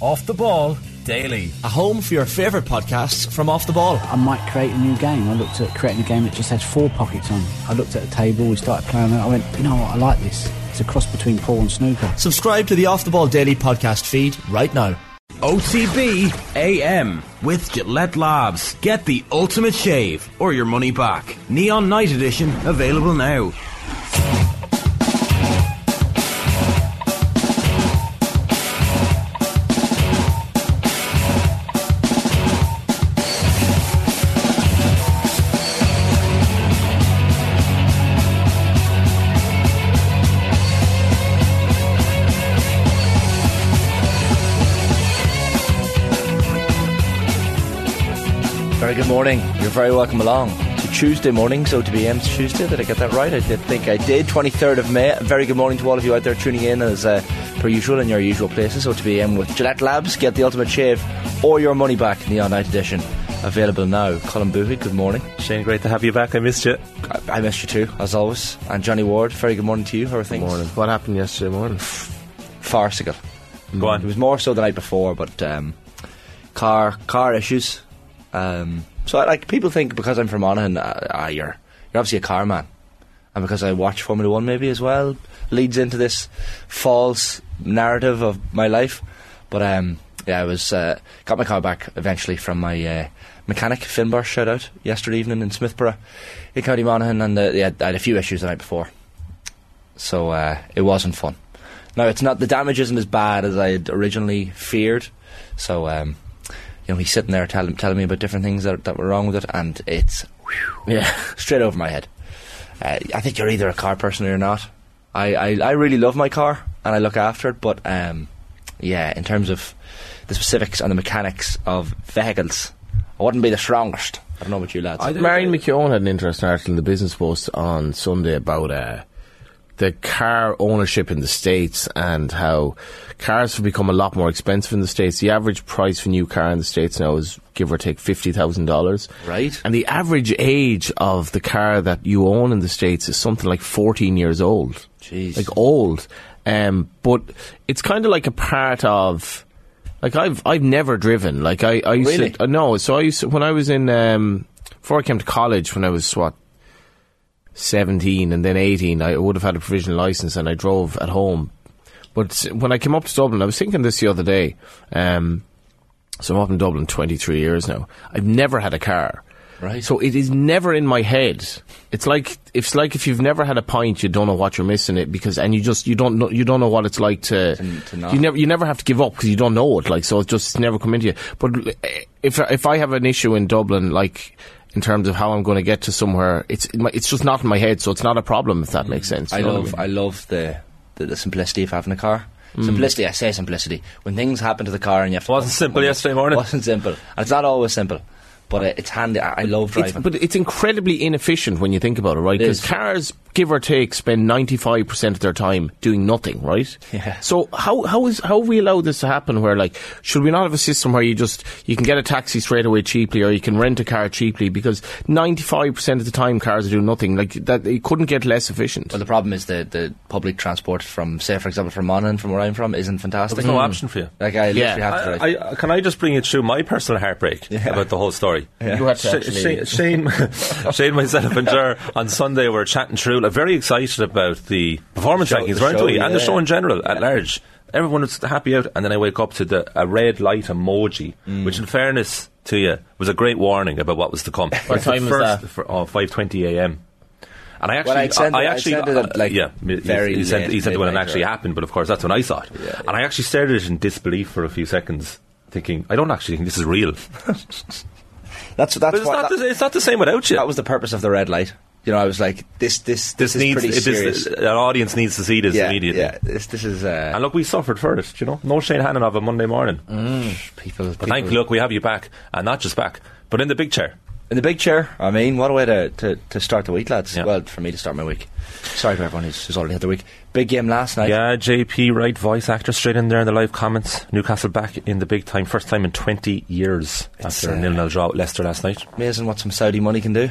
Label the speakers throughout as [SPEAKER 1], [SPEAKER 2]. [SPEAKER 1] Off the Ball Daily.
[SPEAKER 2] A home for your favourite podcasts from Off the Ball.
[SPEAKER 3] I might create a new game. I looked at creating a game that just had four pockets on. I looked at a table, we started playing it. I went, you know what, I like this. It's a cross between pool and snooker.
[SPEAKER 2] Subscribe to the Off the Ball Daily podcast feed right now.
[SPEAKER 4] OTB AM with Gillette Labs. Get the ultimate shave or your money back. Neon Night Edition available now.
[SPEAKER 5] Very good morning. You're very welcome along to Tuesday morning, so to BM's Tuesday. Did I get that right? I did think I did. 23rd of May. A Very good morning to all of you out there tuning in as uh, per usual in your usual places. So to BM with Gillette Labs. Get the ultimate shave or your money back in the all-night edition. Available now. Colin Boohey, good morning.
[SPEAKER 6] Shane, great to have you back. I missed you.
[SPEAKER 5] I, I missed you too, as always. And Johnny Ward, very good morning to you. How are things?
[SPEAKER 7] morning. What happened yesterday morning?
[SPEAKER 5] Farcical. Mm.
[SPEAKER 6] Go
[SPEAKER 5] It
[SPEAKER 6] on.
[SPEAKER 5] was more so the night before, but um, car car issues. Um, so I, like people think because I'm from Monaghan, uh, ah, you're you're obviously a car man, and because I watch Formula One maybe as well leads into this false narrative of my life. But um, yeah, I was uh, got my car back eventually from my uh, mechanic Finbar shout out yesterday evening in Smithborough, in County Monaghan, and uh, yeah, I had a few issues the night before, so uh, it wasn't fun. Now it's not the damage isn't as bad as I had originally feared. So um, you know, he's sitting there telling telling me about different things that that were wrong with it, and it's whew,
[SPEAKER 7] Yeah.
[SPEAKER 5] straight over my head. Uh, I think you're either a car person or you're not. I, I, I really love my car and I look after it, but um, yeah, in terms of the specifics and the mechanics of vehicles, I wouldn't be the strongest. I don't know about you lads.
[SPEAKER 7] Marion McKeown had an interesting article in the Business Post on Sunday about uh, the car ownership in the States and how cars have become a lot more expensive in the States. The average price for a new car in the States now is give or take $50,000.
[SPEAKER 5] Right.
[SPEAKER 7] And the average age of the car that you own in the States is something like 14 years old.
[SPEAKER 5] Jeez.
[SPEAKER 7] Like old. Um, but it's kind of like a part of. Like I've I've never driven. Like I I used
[SPEAKER 5] Really?
[SPEAKER 7] to, uh, no. So I used to, when I was in um, before I came to college when I was what 17 and then 18, I would have had a provisional license and I drove at home. But s- when I came up to Dublin, I was thinking this the other day. Um, so I'm up in Dublin 23 years now. I've never had a car.
[SPEAKER 5] Right.
[SPEAKER 7] So it is never in my head. It's like it's like if you've never had a pint, you don't know what you're missing it because, and you just you don't know you don't know what it's like to,
[SPEAKER 5] to not.
[SPEAKER 7] you never you never have to give up because you don't know it. Like so, it just never come into you. But uh, if if I have an issue in Dublin, like in terms of how I'm going to get to somewhere, it's it's just not in my head, so it's not a problem if that makes sense.
[SPEAKER 5] I
[SPEAKER 7] You know what
[SPEAKER 5] love
[SPEAKER 7] mean?
[SPEAKER 5] I love the, the the simplicity of having a car. Simplicity, I say simplicity. When things happen to the car and you have to
[SPEAKER 6] Wasn't simple yesterday morning.
[SPEAKER 5] Wasn't simple. And it's not always simple, but uh, it's handy. I, I love
[SPEAKER 7] It's-
[SPEAKER 5] driving.
[SPEAKER 7] but it's incredibly inefficient when you think about it, right?
[SPEAKER 5] It
[SPEAKER 7] Because
[SPEAKER 5] is.
[SPEAKER 7] cars, give or take, spend ninety five percent of their time doing nothing, right?
[SPEAKER 5] Yeah.
[SPEAKER 7] So how how is how have we allow this to happen? Where like should we not have a system where you just you can get a taxi straight away cheaply, or you can rent a car cheaply? Because ninety five percent of the time cars are doing nothing. Like that, it couldn't get less efficient.
[SPEAKER 5] Well, the problem is the, the public transport from, say, for example, from Monaghan, from where I'm from, isn't fantastic. Mm.
[SPEAKER 6] There's no option for you.
[SPEAKER 5] Like, I
[SPEAKER 7] Yeah.
[SPEAKER 5] literally have to drive.
[SPEAKER 6] I, I, can I just bring you through my personal heartbreak about the whole story?
[SPEAKER 7] You had to
[SPEAKER 6] Sh-
[SPEAKER 7] actually-
[SPEAKER 6] Shane, Shane, Shane, myself, and Ger on Sunday were chatting through, like, very excited about the performance
[SPEAKER 5] Show-
[SPEAKER 6] rankings,
[SPEAKER 5] the
[SPEAKER 6] weren't
[SPEAKER 5] show,
[SPEAKER 6] we? And the
[SPEAKER 5] yeah.
[SPEAKER 6] show in general, at large. Everyone was happy out, and then I wake up to the a red light emoji,
[SPEAKER 5] Mm.
[SPEAKER 6] which, in fairness to you, was a great warning about what was to come. What
[SPEAKER 7] time was that?
[SPEAKER 6] For, oh, 5.20 a.m. And I actually,
[SPEAKER 5] Well, I'd send
[SPEAKER 6] I,
[SPEAKER 5] it- I'd
[SPEAKER 6] actually, uh,
[SPEAKER 5] send it at, like,
[SPEAKER 6] yeah, he-
[SPEAKER 5] very
[SPEAKER 6] he said,
[SPEAKER 5] late
[SPEAKER 6] he said when it
[SPEAKER 5] midnight or-
[SPEAKER 6] actually happened, but of course that's when I saw it. And I actually stared at it in disbelief for a few seconds, thinking, I don't actually think this is real.
[SPEAKER 5] that's
[SPEAKER 6] But
[SPEAKER 5] that's
[SPEAKER 6] it's,
[SPEAKER 5] why,
[SPEAKER 6] not
[SPEAKER 5] that,
[SPEAKER 6] the, it's not the same without you.
[SPEAKER 5] that was the purpose of the red light. You know, I was like, this this this,
[SPEAKER 6] this
[SPEAKER 5] is
[SPEAKER 6] needs,
[SPEAKER 5] pretty
[SPEAKER 6] it
[SPEAKER 5] serious.
[SPEAKER 6] is, an audience needs to see this
[SPEAKER 5] yeah,
[SPEAKER 6] immediately.
[SPEAKER 5] yeah, this this is uh,
[SPEAKER 6] And look, we suffered for it, you know. No Shane Hannon of a Monday morning.
[SPEAKER 5] Mm. people.
[SPEAKER 6] But
[SPEAKER 5] people-
[SPEAKER 6] thankfully, look, we have you back, and not just back, but in the big chair.
[SPEAKER 5] in the big chair. I mean, what a way to, to, to start the week, lads.
[SPEAKER 6] Yeah.
[SPEAKER 5] Well, for me to start my week. Sorry for everyone who's, who's already had the week. Big game last night.
[SPEAKER 6] Yeah, JP Wright, voice actor, straight in there in the live comments. Newcastle back in the big time, first time in 20 years
[SPEAKER 5] It's,
[SPEAKER 6] after
[SPEAKER 5] uh,
[SPEAKER 6] a nil-nil draw with Leicester last night.
[SPEAKER 5] Amazing what some Saudi money can do.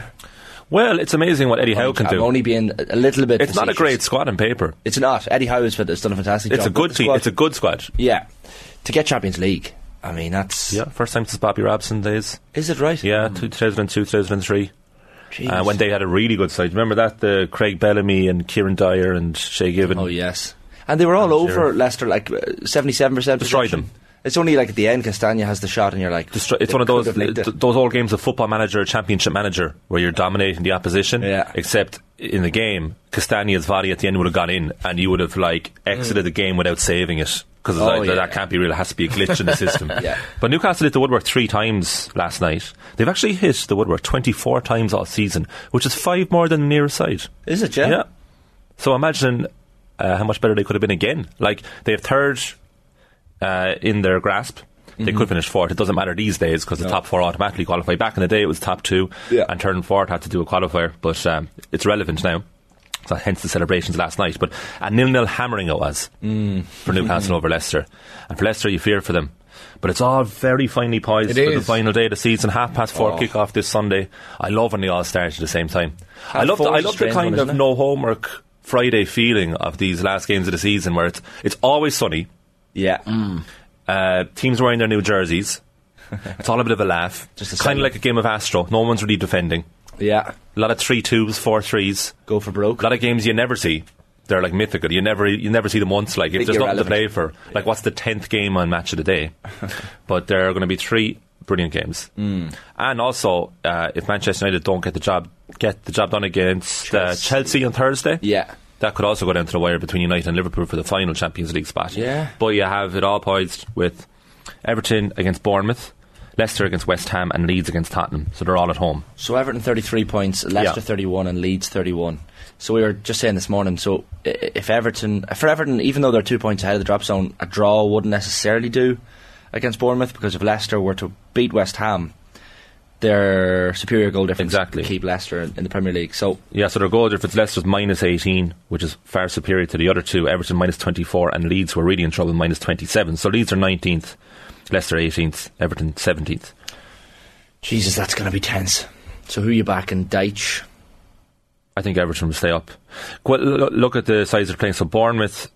[SPEAKER 6] Well, it's amazing what Eddie Howe can
[SPEAKER 5] I'm
[SPEAKER 6] do.
[SPEAKER 5] only being a a little bit.
[SPEAKER 6] It's not a
[SPEAKER 5] facetious.
[SPEAKER 6] great squad on paper.
[SPEAKER 5] It's not. Eddie Howe has done a fantastic
[SPEAKER 6] It's
[SPEAKER 5] job.
[SPEAKER 6] a
[SPEAKER 5] but
[SPEAKER 6] good
[SPEAKER 5] the
[SPEAKER 6] team.
[SPEAKER 5] squad-
[SPEAKER 6] It's a good squad.
[SPEAKER 5] Yeah. to get Champions League. I mean, that's
[SPEAKER 6] Yeah, first time since Bobby Robson days.
[SPEAKER 5] is it right?
[SPEAKER 6] Yeah, 2002, 2003.
[SPEAKER 5] Jeez.
[SPEAKER 6] Uh, when they had a really good side. Remember that? The Craig Bellamy and Kieran Dyer and Shea Given.
[SPEAKER 5] oh yes, and they were all over
[SPEAKER 6] sure.
[SPEAKER 5] Leicester, like uh, seventy-seven percent.
[SPEAKER 6] Destroyed them.
[SPEAKER 5] It's only like at the end Castagna has the shot, and you're like,
[SPEAKER 6] Destro- it's
[SPEAKER 5] they
[SPEAKER 6] one
[SPEAKER 5] could
[SPEAKER 6] of those
[SPEAKER 5] have licked
[SPEAKER 6] th-
[SPEAKER 5] it.
[SPEAKER 6] those old games of football manager, championship manager, where you're dominating the opposition.
[SPEAKER 5] Yeah.
[SPEAKER 6] Except in the game, Castagna's volley at the end would have gone in, and you would have like exited the game without saving it because
[SPEAKER 5] Mm. Oh, yeah.
[SPEAKER 6] that can't be real. It has to be a glitch in the system.
[SPEAKER 5] Yeah.
[SPEAKER 6] But Newcastle hit the woodwork three times last night. They've actually hit the woodwork 24 times all season, which is five more than the nearest side.
[SPEAKER 5] Is it, yeah?
[SPEAKER 6] So imagine uh, how much better they could have been again. Like they have third uh, in their grasp.
[SPEAKER 5] Mm-hmm.
[SPEAKER 6] They could finish fourth. It doesn't matter these days because the top four automatically qualify. Back in the day, it was top two,
[SPEAKER 5] Yeah.
[SPEAKER 6] and turning fourth had to do a qualifier, but um, it's relevant now. So hence the celebrations last night. But a nil-nil hammering it was
[SPEAKER 5] Mm.
[SPEAKER 6] for Newcastle over Leicester, and for Leicester you fear for them. But it's all very finely poised
[SPEAKER 7] It
[SPEAKER 6] for the
[SPEAKER 7] is.
[SPEAKER 6] final day of the season. Half past four
[SPEAKER 5] Oh.
[SPEAKER 6] kick-off this Sunday. I love when they all start at the same time. I
[SPEAKER 5] Half
[SPEAKER 6] love the,
[SPEAKER 5] four
[SPEAKER 6] I
[SPEAKER 5] is a
[SPEAKER 6] love the
[SPEAKER 5] strange
[SPEAKER 6] kind
[SPEAKER 5] one,
[SPEAKER 6] of
[SPEAKER 5] isn't it?
[SPEAKER 6] no homework Friday feeling of these last games of the season where it's it's always sunny.
[SPEAKER 5] yeah,
[SPEAKER 6] Uh, teams wearing their new jerseys. It's all a bit of a laugh.
[SPEAKER 5] Just a
[SPEAKER 6] kind
[SPEAKER 5] sign.
[SPEAKER 6] of like a game of Astro. No one's really defending.
[SPEAKER 5] yeah.
[SPEAKER 6] A lot of three twos, four threes.
[SPEAKER 5] Go for broke.
[SPEAKER 6] A lot of games you never see. They're like mythical. You never you never see them once. Like if
[SPEAKER 5] Big
[SPEAKER 6] there's nothing to play
[SPEAKER 5] irrelevant.
[SPEAKER 6] for, like what's the tenth game on match of the day? but there are going to be three brilliant games. Mm. And also, uh, if Manchester United don't get the job get the job done against Uh,
[SPEAKER 5] Chelsea.
[SPEAKER 6] Chelsea on Thursday,
[SPEAKER 5] Yeah.
[SPEAKER 6] that could also go down to the wire between United and Liverpool for the final Champions League spot.
[SPEAKER 5] Yeah.
[SPEAKER 6] But you have it all poised with Everton against Bournemouth, Leicester against West Ham, and Leeds against Tottenham. So they're all at home.
[SPEAKER 5] So Everton 33 points, Leicester
[SPEAKER 6] Yeah.
[SPEAKER 5] 31, and Leeds 31. So we were just saying this morning. So i- i- if Everton, for Everton, even though they're two points ahead of the drop zone, a draw wouldn't necessarily do against Bournemouth because if Leicester were to beat West Ham, their superior goal difference
[SPEAKER 6] Exactly.
[SPEAKER 5] would keep Leicester in in the Premier League. So
[SPEAKER 6] Yeah, so their goal difference, Leicester's minus 18, which is far superior to the other two. Everton minus 24, and Leeds were really in trouble, minus 27. So Leeds are 19th, Leicester 18th, Everton 17th.
[SPEAKER 5] Jesus, that's going to be tense. So who you backing, Deitch?
[SPEAKER 6] I think Everton will stay up. Go- lo- Look at the sides they're playing. So Bournemouth,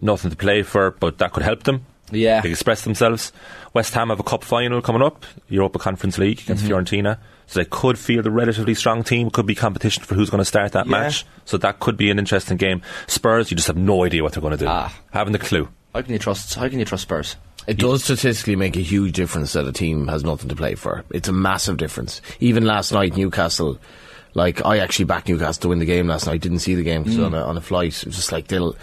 [SPEAKER 6] nothing to play for, but that could help them.
[SPEAKER 5] Yeah,
[SPEAKER 6] They express themselves. West Ham have a cup final coming up, Europa Conference League against
[SPEAKER 5] Mm-hmm.
[SPEAKER 6] Fiorentina. So they could field a relatively strong team. Could be competition for who's going to start that
[SPEAKER 5] Yeah.
[SPEAKER 6] match. So that could be an interesting game. Spurs, you just have no idea what they're going to do.
[SPEAKER 5] Ah.
[SPEAKER 6] Haven't the clue.
[SPEAKER 5] how can you trust? How can you trust Spurs?
[SPEAKER 7] It does statistically make a huge difference that a team has nothing to play for. It's a massive difference. Even last night, Newcastle, like I actually backed Newcastle to win the game last night. Didn't see the game 'cause on a, on a flight. It was just like they'll,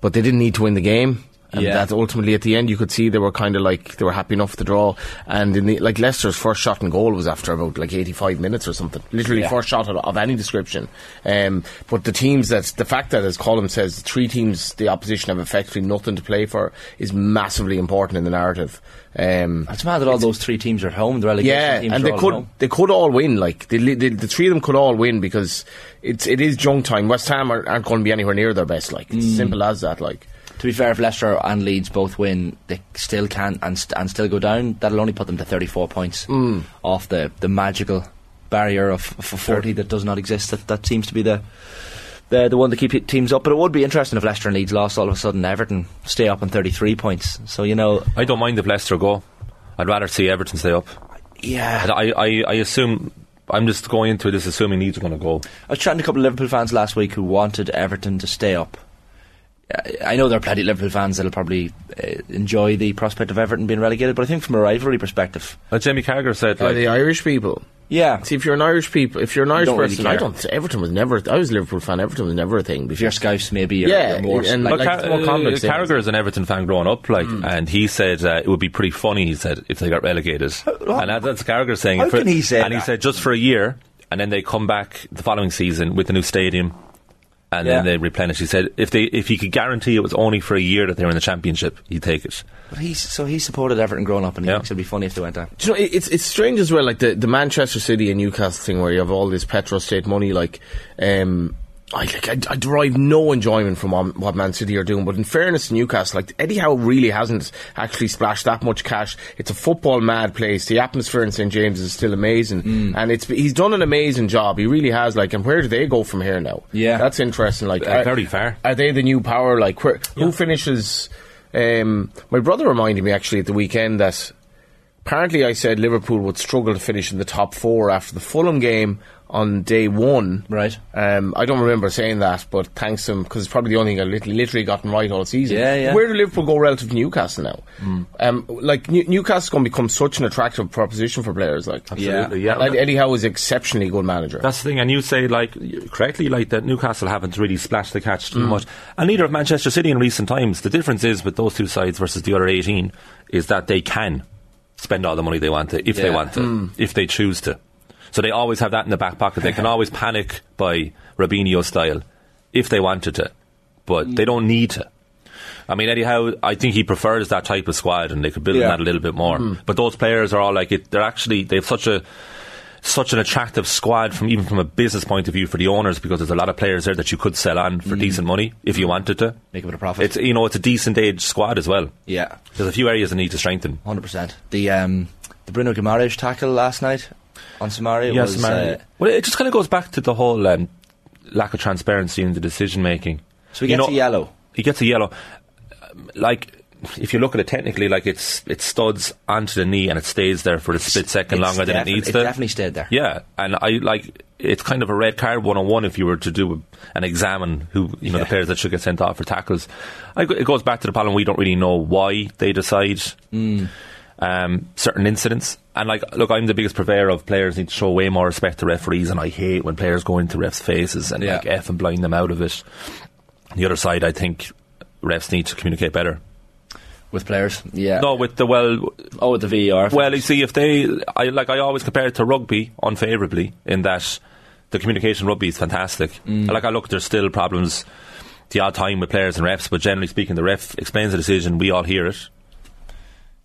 [SPEAKER 7] but they didn't need to win the game. And
[SPEAKER 5] Yeah.
[SPEAKER 7] that ultimately at the end you could see they were kind of like they were happy enough with the draw. And in the like Leicester's first shot and goal was after about like 85 minutes or something. Literally
[SPEAKER 5] Yeah.
[SPEAKER 7] first shot of, of any description. Um, but the teams that the fact that as Colin says three teams the opposition have effectively nothing to play for is massively important in the narrative. Um,
[SPEAKER 5] It's mad that all those three teams are at home. The relegation
[SPEAKER 7] yeah,
[SPEAKER 5] teams
[SPEAKER 7] and
[SPEAKER 5] are
[SPEAKER 7] they
[SPEAKER 5] all at
[SPEAKER 7] could
[SPEAKER 5] home.
[SPEAKER 7] they could all win. Like they, li- they, the three of them could all win because it's it is junk time. West Ham aren't, aren't going to be anywhere near their best. Like
[SPEAKER 5] Mm.
[SPEAKER 7] it's simple as that. Like
[SPEAKER 5] To be fair, if Leicester and Leeds both win, they still can and, st- and still go down. That'll only put them to 34 points off the, the magical barrier of, of 40 that does not exist. That that seems to be the the the one to keep teams up. But it would be interesting if Leicester and Leeds lost all of a sudden. Everton stay up on 33 points. So you know,
[SPEAKER 6] I don't mind if Leicester go. I'd rather see Everton stay up.
[SPEAKER 5] yeah.
[SPEAKER 6] And I, I, I assume. I'm just going into this assuming Leeds are going to go.
[SPEAKER 5] I was chatting to a couple of Liverpool fans last week who wanted Everton to stay up. I I know there are plenty of Liverpool fans that'll probably uh, enjoy the prospect of Everton being relegated, but I think from a rivalry perspective,
[SPEAKER 6] Uh, Jamie Carragher said,
[SPEAKER 7] are
[SPEAKER 6] like,
[SPEAKER 7] the Irish people.
[SPEAKER 5] yeah,
[SPEAKER 7] See, if you're an Irish people, if you're an Irish
[SPEAKER 5] don't really
[SPEAKER 7] person, I
[SPEAKER 5] care.
[SPEAKER 7] don't. Everton was never. I was a Liverpool fan. Everton was never a thing
[SPEAKER 5] if
[SPEAKER 7] before.
[SPEAKER 5] you're Scouse, maybe or,
[SPEAKER 7] Yeah,
[SPEAKER 5] or Morse,
[SPEAKER 7] and-
[SPEAKER 5] like,
[SPEAKER 6] But
[SPEAKER 7] like,
[SPEAKER 6] Car-
[SPEAKER 7] it's more complex,
[SPEAKER 6] uh,
[SPEAKER 7] yeah.
[SPEAKER 6] Carragher is an Everton fan growing up, like,
[SPEAKER 7] Mm.
[SPEAKER 6] and he said uh, it would be pretty funny. He said if they got relegated, and that- that's Carragher saying.
[SPEAKER 5] how
[SPEAKER 6] it for-
[SPEAKER 5] can he say
[SPEAKER 6] And he
[SPEAKER 5] that?
[SPEAKER 6] said just for a year, and then they come back the following season with a new stadium, and then
[SPEAKER 5] Yeah.
[SPEAKER 6] they replenish. He said if they if he could guarantee it was only for a year that they were in the championship, he'd take it.
[SPEAKER 5] but he's, so he supported Everton growing up, and he
[SPEAKER 6] Yeah.
[SPEAKER 5] thinks it'd be funny if they went down.
[SPEAKER 7] Do you know, it- it's it's strange as well, like the, the Manchester City and Newcastle thing, where you have all this petrostate money. Like, um, I like I, I derive no enjoyment from what, what Man City are doing. But in fairness to Newcastle, like Eddie Howe really hasn't actually splashed that much cash. It's a football mad place. The atmosphere in St James is still amazing,
[SPEAKER 5] Mm.
[SPEAKER 7] and it's he's done an amazing job. He really has. Like, and where do they go from here now?
[SPEAKER 5] Yeah.
[SPEAKER 7] that's interesting. Like,
[SPEAKER 6] Uh, very fair.
[SPEAKER 7] Are they the new power? Like, where, who finishes? Um, my brother reminded me actually at the weekend that apparently I said Liverpool would struggle to finish in the top four after the Fulham game on day one.
[SPEAKER 5] Right.
[SPEAKER 7] Um, I don't remember saying that, but thanks to him because it's probably the only thing I lit- literally gotten right all season.
[SPEAKER 5] Yeah, yeah. Hmm.
[SPEAKER 7] Where do Liverpool go relative to Newcastle now? Um, like New- Newcastle's going to become such an attractive proposition for players. Like,
[SPEAKER 6] Absolutely, yeah.
[SPEAKER 7] Ed- Eddie Howe is exceptionally good manager.
[SPEAKER 6] That's the thing, and you say like you- correctly, like that Newcastle haven't really splashed the catch too much, and neither have Manchester City in recent times. The difference is with those two sides versus the other eighteen is that they can spend all the money they want to if they
[SPEAKER 5] Yeah.
[SPEAKER 6] want to, if they choose to. So they always have that in the back pocket. They can always panic by Rabinio style if they wanted to, but they don't need to. I mean, Eddie Howe, I think he prefers that type of squad, and they could build on
[SPEAKER 5] Yeah. Mm.
[SPEAKER 6] that a little bit more. But those players are all like it. They're actually they have such a such an attractive squad from even from a business point of view for the owners because there's a lot of players there that you could sell on for decent money if you wanted to
[SPEAKER 5] Mm. Make a bit of profit.
[SPEAKER 6] It's you know it's a decent age squad as well.
[SPEAKER 5] Yeah.
[SPEAKER 6] There's a few areas that need to strengthen.
[SPEAKER 5] Hundred percent. The um, the Bruno Guimaraes tackle last night on Samari
[SPEAKER 6] Yes,
[SPEAKER 5] was
[SPEAKER 6] man.
[SPEAKER 5] uh,
[SPEAKER 6] well, it just kind of goes back to the whole um, lack of transparency in the decision making.
[SPEAKER 5] so he
[SPEAKER 6] You
[SPEAKER 5] gets
[SPEAKER 6] know-
[SPEAKER 5] a yellow.
[SPEAKER 6] He gets a yellow. Um, Like if you look at it technically, like it's it studs onto the knee and it stays there for a split second
[SPEAKER 5] It's
[SPEAKER 6] longer than it
[SPEAKER 5] defi-
[SPEAKER 6] needs
[SPEAKER 5] it
[SPEAKER 6] to.
[SPEAKER 5] definitely stayed there.
[SPEAKER 6] Yeah, and I like it's kind of a red card one on one if you were to do an examine who you know the
[SPEAKER 5] Yeah.
[SPEAKER 6] players that should get sent off for tackles. I, go- it goes back to the problem we don't really know why they decide
[SPEAKER 5] Mm.
[SPEAKER 6] um, certain incidents. And like, look, I'm the biggest purveyor of players need to show way more respect to referees, and I hate when players go into refs' faces and
[SPEAKER 5] Yeah.
[SPEAKER 6] like f and blind them out of it. On the other side, I think refs need to communicate better.
[SPEAKER 5] with players. Yeah.
[SPEAKER 6] No, with the well,
[SPEAKER 5] Oh, with the VAR.
[SPEAKER 6] well, you see, if they, I like, I always compare it to rugby unfavorably in that the communication in rugby is fantastic. Like, I look, there's still problems the odd time with players and refs, but generally speaking, the ref explains the decision, we all hear it,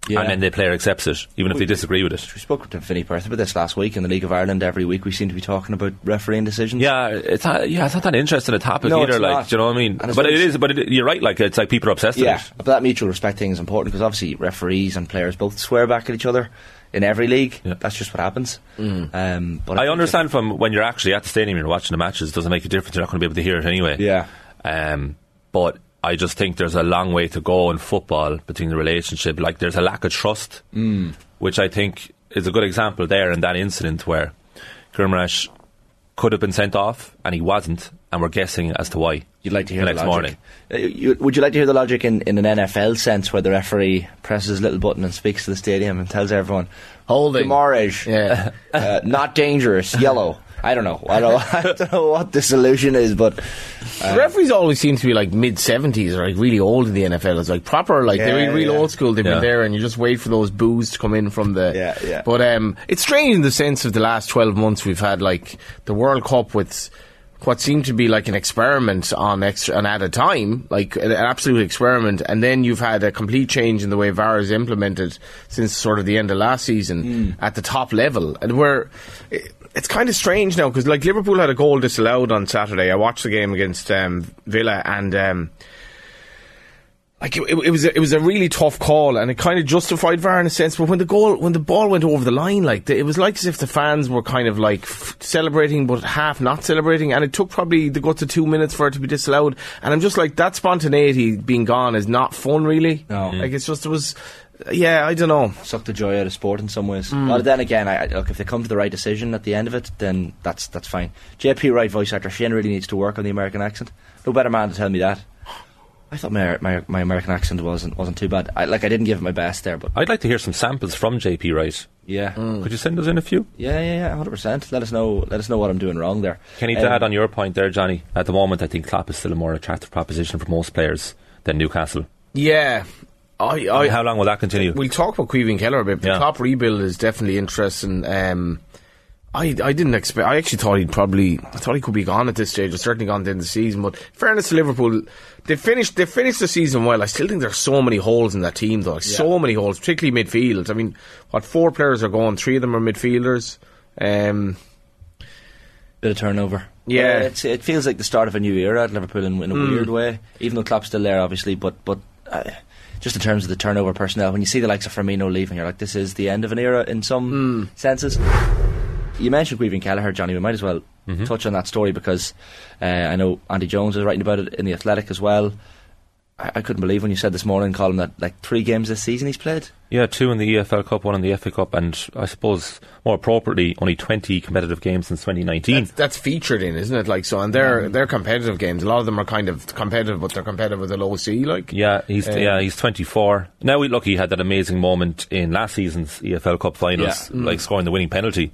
[SPEAKER 5] yeah.
[SPEAKER 6] and then the player accepts it, even if they disagree with it.
[SPEAKER 5] we spoke to Finney Perth about this last week in the League of Ireland. Every week we seem to be talking about refereeing decisions.
[SPEAKER 6] Yeah, it's not, yeah, it's not that interesting a topic
[SPEAKER 5] No,
[SPEAKER 6] either.
[SPEAKER 5] it's
[SPEAKER 6] like,
[SPEAKER 5] not.
[SPEAKER 6] do you know what I mean?
[SPEAKER 5] And it's
[SPEAKER 6] But it
[SPEAKER 5] always-
[SPEAKER 6] is. But it, you're right. Like, it's like people are obsessed
[SPEAKER 5] Yeah,
[SPEAKER 6] with it.
[SPEAKER 5] but that mutual respect thing is important because obviously referees and players both swear back at each other in every league.
[SPEAKER 6] Yeah. Mm.
[SPEAKER 5] That's just what happens. Um, but
[SPEAKER 6] I
[SPEAKER 5] think
[SPEAKER 6] understand from when you're actually at the stadium, you're watching the matches. It doesn't make a difference. You're not going to be able to hear it anyway.
[SPEAKER 5] that- Yeah,
[SPEAKER 6] Um, but I just think there's a long way to go in football between the relationship. Like there's a lack of trust, mm. which I think is a good example there in that incident where Grimrash could have been sent off and he wasn't, and we're guessing as to why.
[SPEAKER 5] you'd like to hear
[SPEAKER 6] the
[SPEAKER 5] the
[SPEAKER 6] next
[SPEAKER 5] logic.
[SPEAKER 6] morning.
[SPEAKER 5] Uh, you- would you like to hear the logic in, in an NFL sense where the referee presses his little button and speaks to the stadium and tells everyone,
[SPEAKER 7] Holding.
[SPEAKER 5] Demarage,
[SPEAKER 7] Yeah.
[SPEAKER 5] uh, not dangerous, yellow. I don't know. I don't, I don't know what the solution is, but Uh,
[SPEAKER 7] the referees always seem to be like mid seventies or like really old in the NFL. It's like proper, like
[SPEAKER 5] Yeah,
[SPEAKER 7] they're real
[SPEAKER 5] yeah.
[SPEAKER 7] old school. They've
[SPEAKER 6] Yeah.
[SPEAKER 7] been there, and you just wait for those boos to come in from the.
[SPEAKER 5] Yeah, yeah.
[SPEAKER 7] But um, it's strange in the sense of the last twelve months we've had like the World Cup with what seemed to be like an experiment on extra and at a time, like an, an absolute experiment, and then you've had a complete change in the way VAR is implemented since sort of the end of last season
[SPEAKER 5] Hmm.
[SPEAKER 7] at the top level, and where. It, it's kind of strange now because like Liverpool had a goal disallowed on Saturday. I watched the game against um, Villa, and um, like it, it, it was a, it was a really tough call and it kind of justified VAR in a sense but when the goal when the ball went over the line like the, it was like as if the fans were kind of like f- celebrating but half not celebrating and it took probably the guts of two minutes for it to be disallowed and I'm just like that spontaneity being gone is not fun really
[SPEAKER 5] No.
[SPEAKER 7] like it's just it was yeah I don't know
[SPEAKER 5] suck the joy out of sport in some ways.
[SPEAKER 6] Hmm.
[SPEAKER 5] But then again, I, I- look if they come to the right decision at the end of it, then that's that's fine. JP Wright, voice actor Shane, really needs to work on the American accent. No better man to tell me that. I thought my my, my American accent wasn't wasn't too bad. I, like I didn't give it my best there, but
[SPEAKER 6] I'd like to hear some samples from JP Wright.
[SPEAKER 5] yeah,
[SPEAKER 6] Could you send us in a few?
[SPEAKER 5] Mm. yeah, yeah, yeah, hundred percent. Let us know. Let us know what I'm doing wrong there.
[SPEAKER 6] Can you
[SPEAKER 5] Um,
[SPEAKER 6] add on your point there, Johnny? At the moment, I think Klopp is still a more attractive proposition for most players than Newcastle.
[SPEAKER 7] yeah I I,
[SPEAKER 6] And how long will that continue?
[SPEAKER 7] Uh, We'll talk about Queven Keller a bit. but The
[SPEAKER 6] Yeah.
[SPEAKER 7] top rebuild is definitely interesting. Um, I I didn't expect. I actually thought he'd probably. I thought he could be gone at this stage. Or certainly gone at the end of the season. But fairness to Liverpool, they finished they finished the season well. I still think there's so many holes in that team, though. Like, So many holes, particularly midfield. I mean, what four players are gone? Three of them are midfielders. Um,
[SPEAKER 5] bit of turnover.
[SPEAKER 7] Yeah.
[SPEAKER 5] But it's, it feels like the start of a new era at Liverpool in, in a weird way. Even though Klopp's still there, obviously, but but uh, just in terms of the turnover personnel, when you see the likes of Firmino leaving, you're like, this is the end of an era in some senses. You mentioned Grieving Kelleher, Johnny. We might as well touch on that story because uh, I know Andy Jones is writing about it in the Athletic as well. I, I couldn't believe when you said this morning, Colin, that like three games this season he's played.
[SPEAKER 6] Yeah, two in the EFL Cup, one in the FA Cup, and I suppose more appropriately, only 20 competitive games since 2019.
[SPEAKER 7] That's, that's featured in, isn't it? Like so, and they're they're competitive games. A lot of them are kind of competitive, but they're competitive with a low C. Like
[SPEAKER 6] yeah, he's
[SPEAKER 7] Um,
[SPEAKER 6] yeah he's 24. Now we look, he had that amazing moment in last season's EFL Cup finals,
[SPEAKER 7] mm.
[SPEAKER 6] like scoring the winning penalty,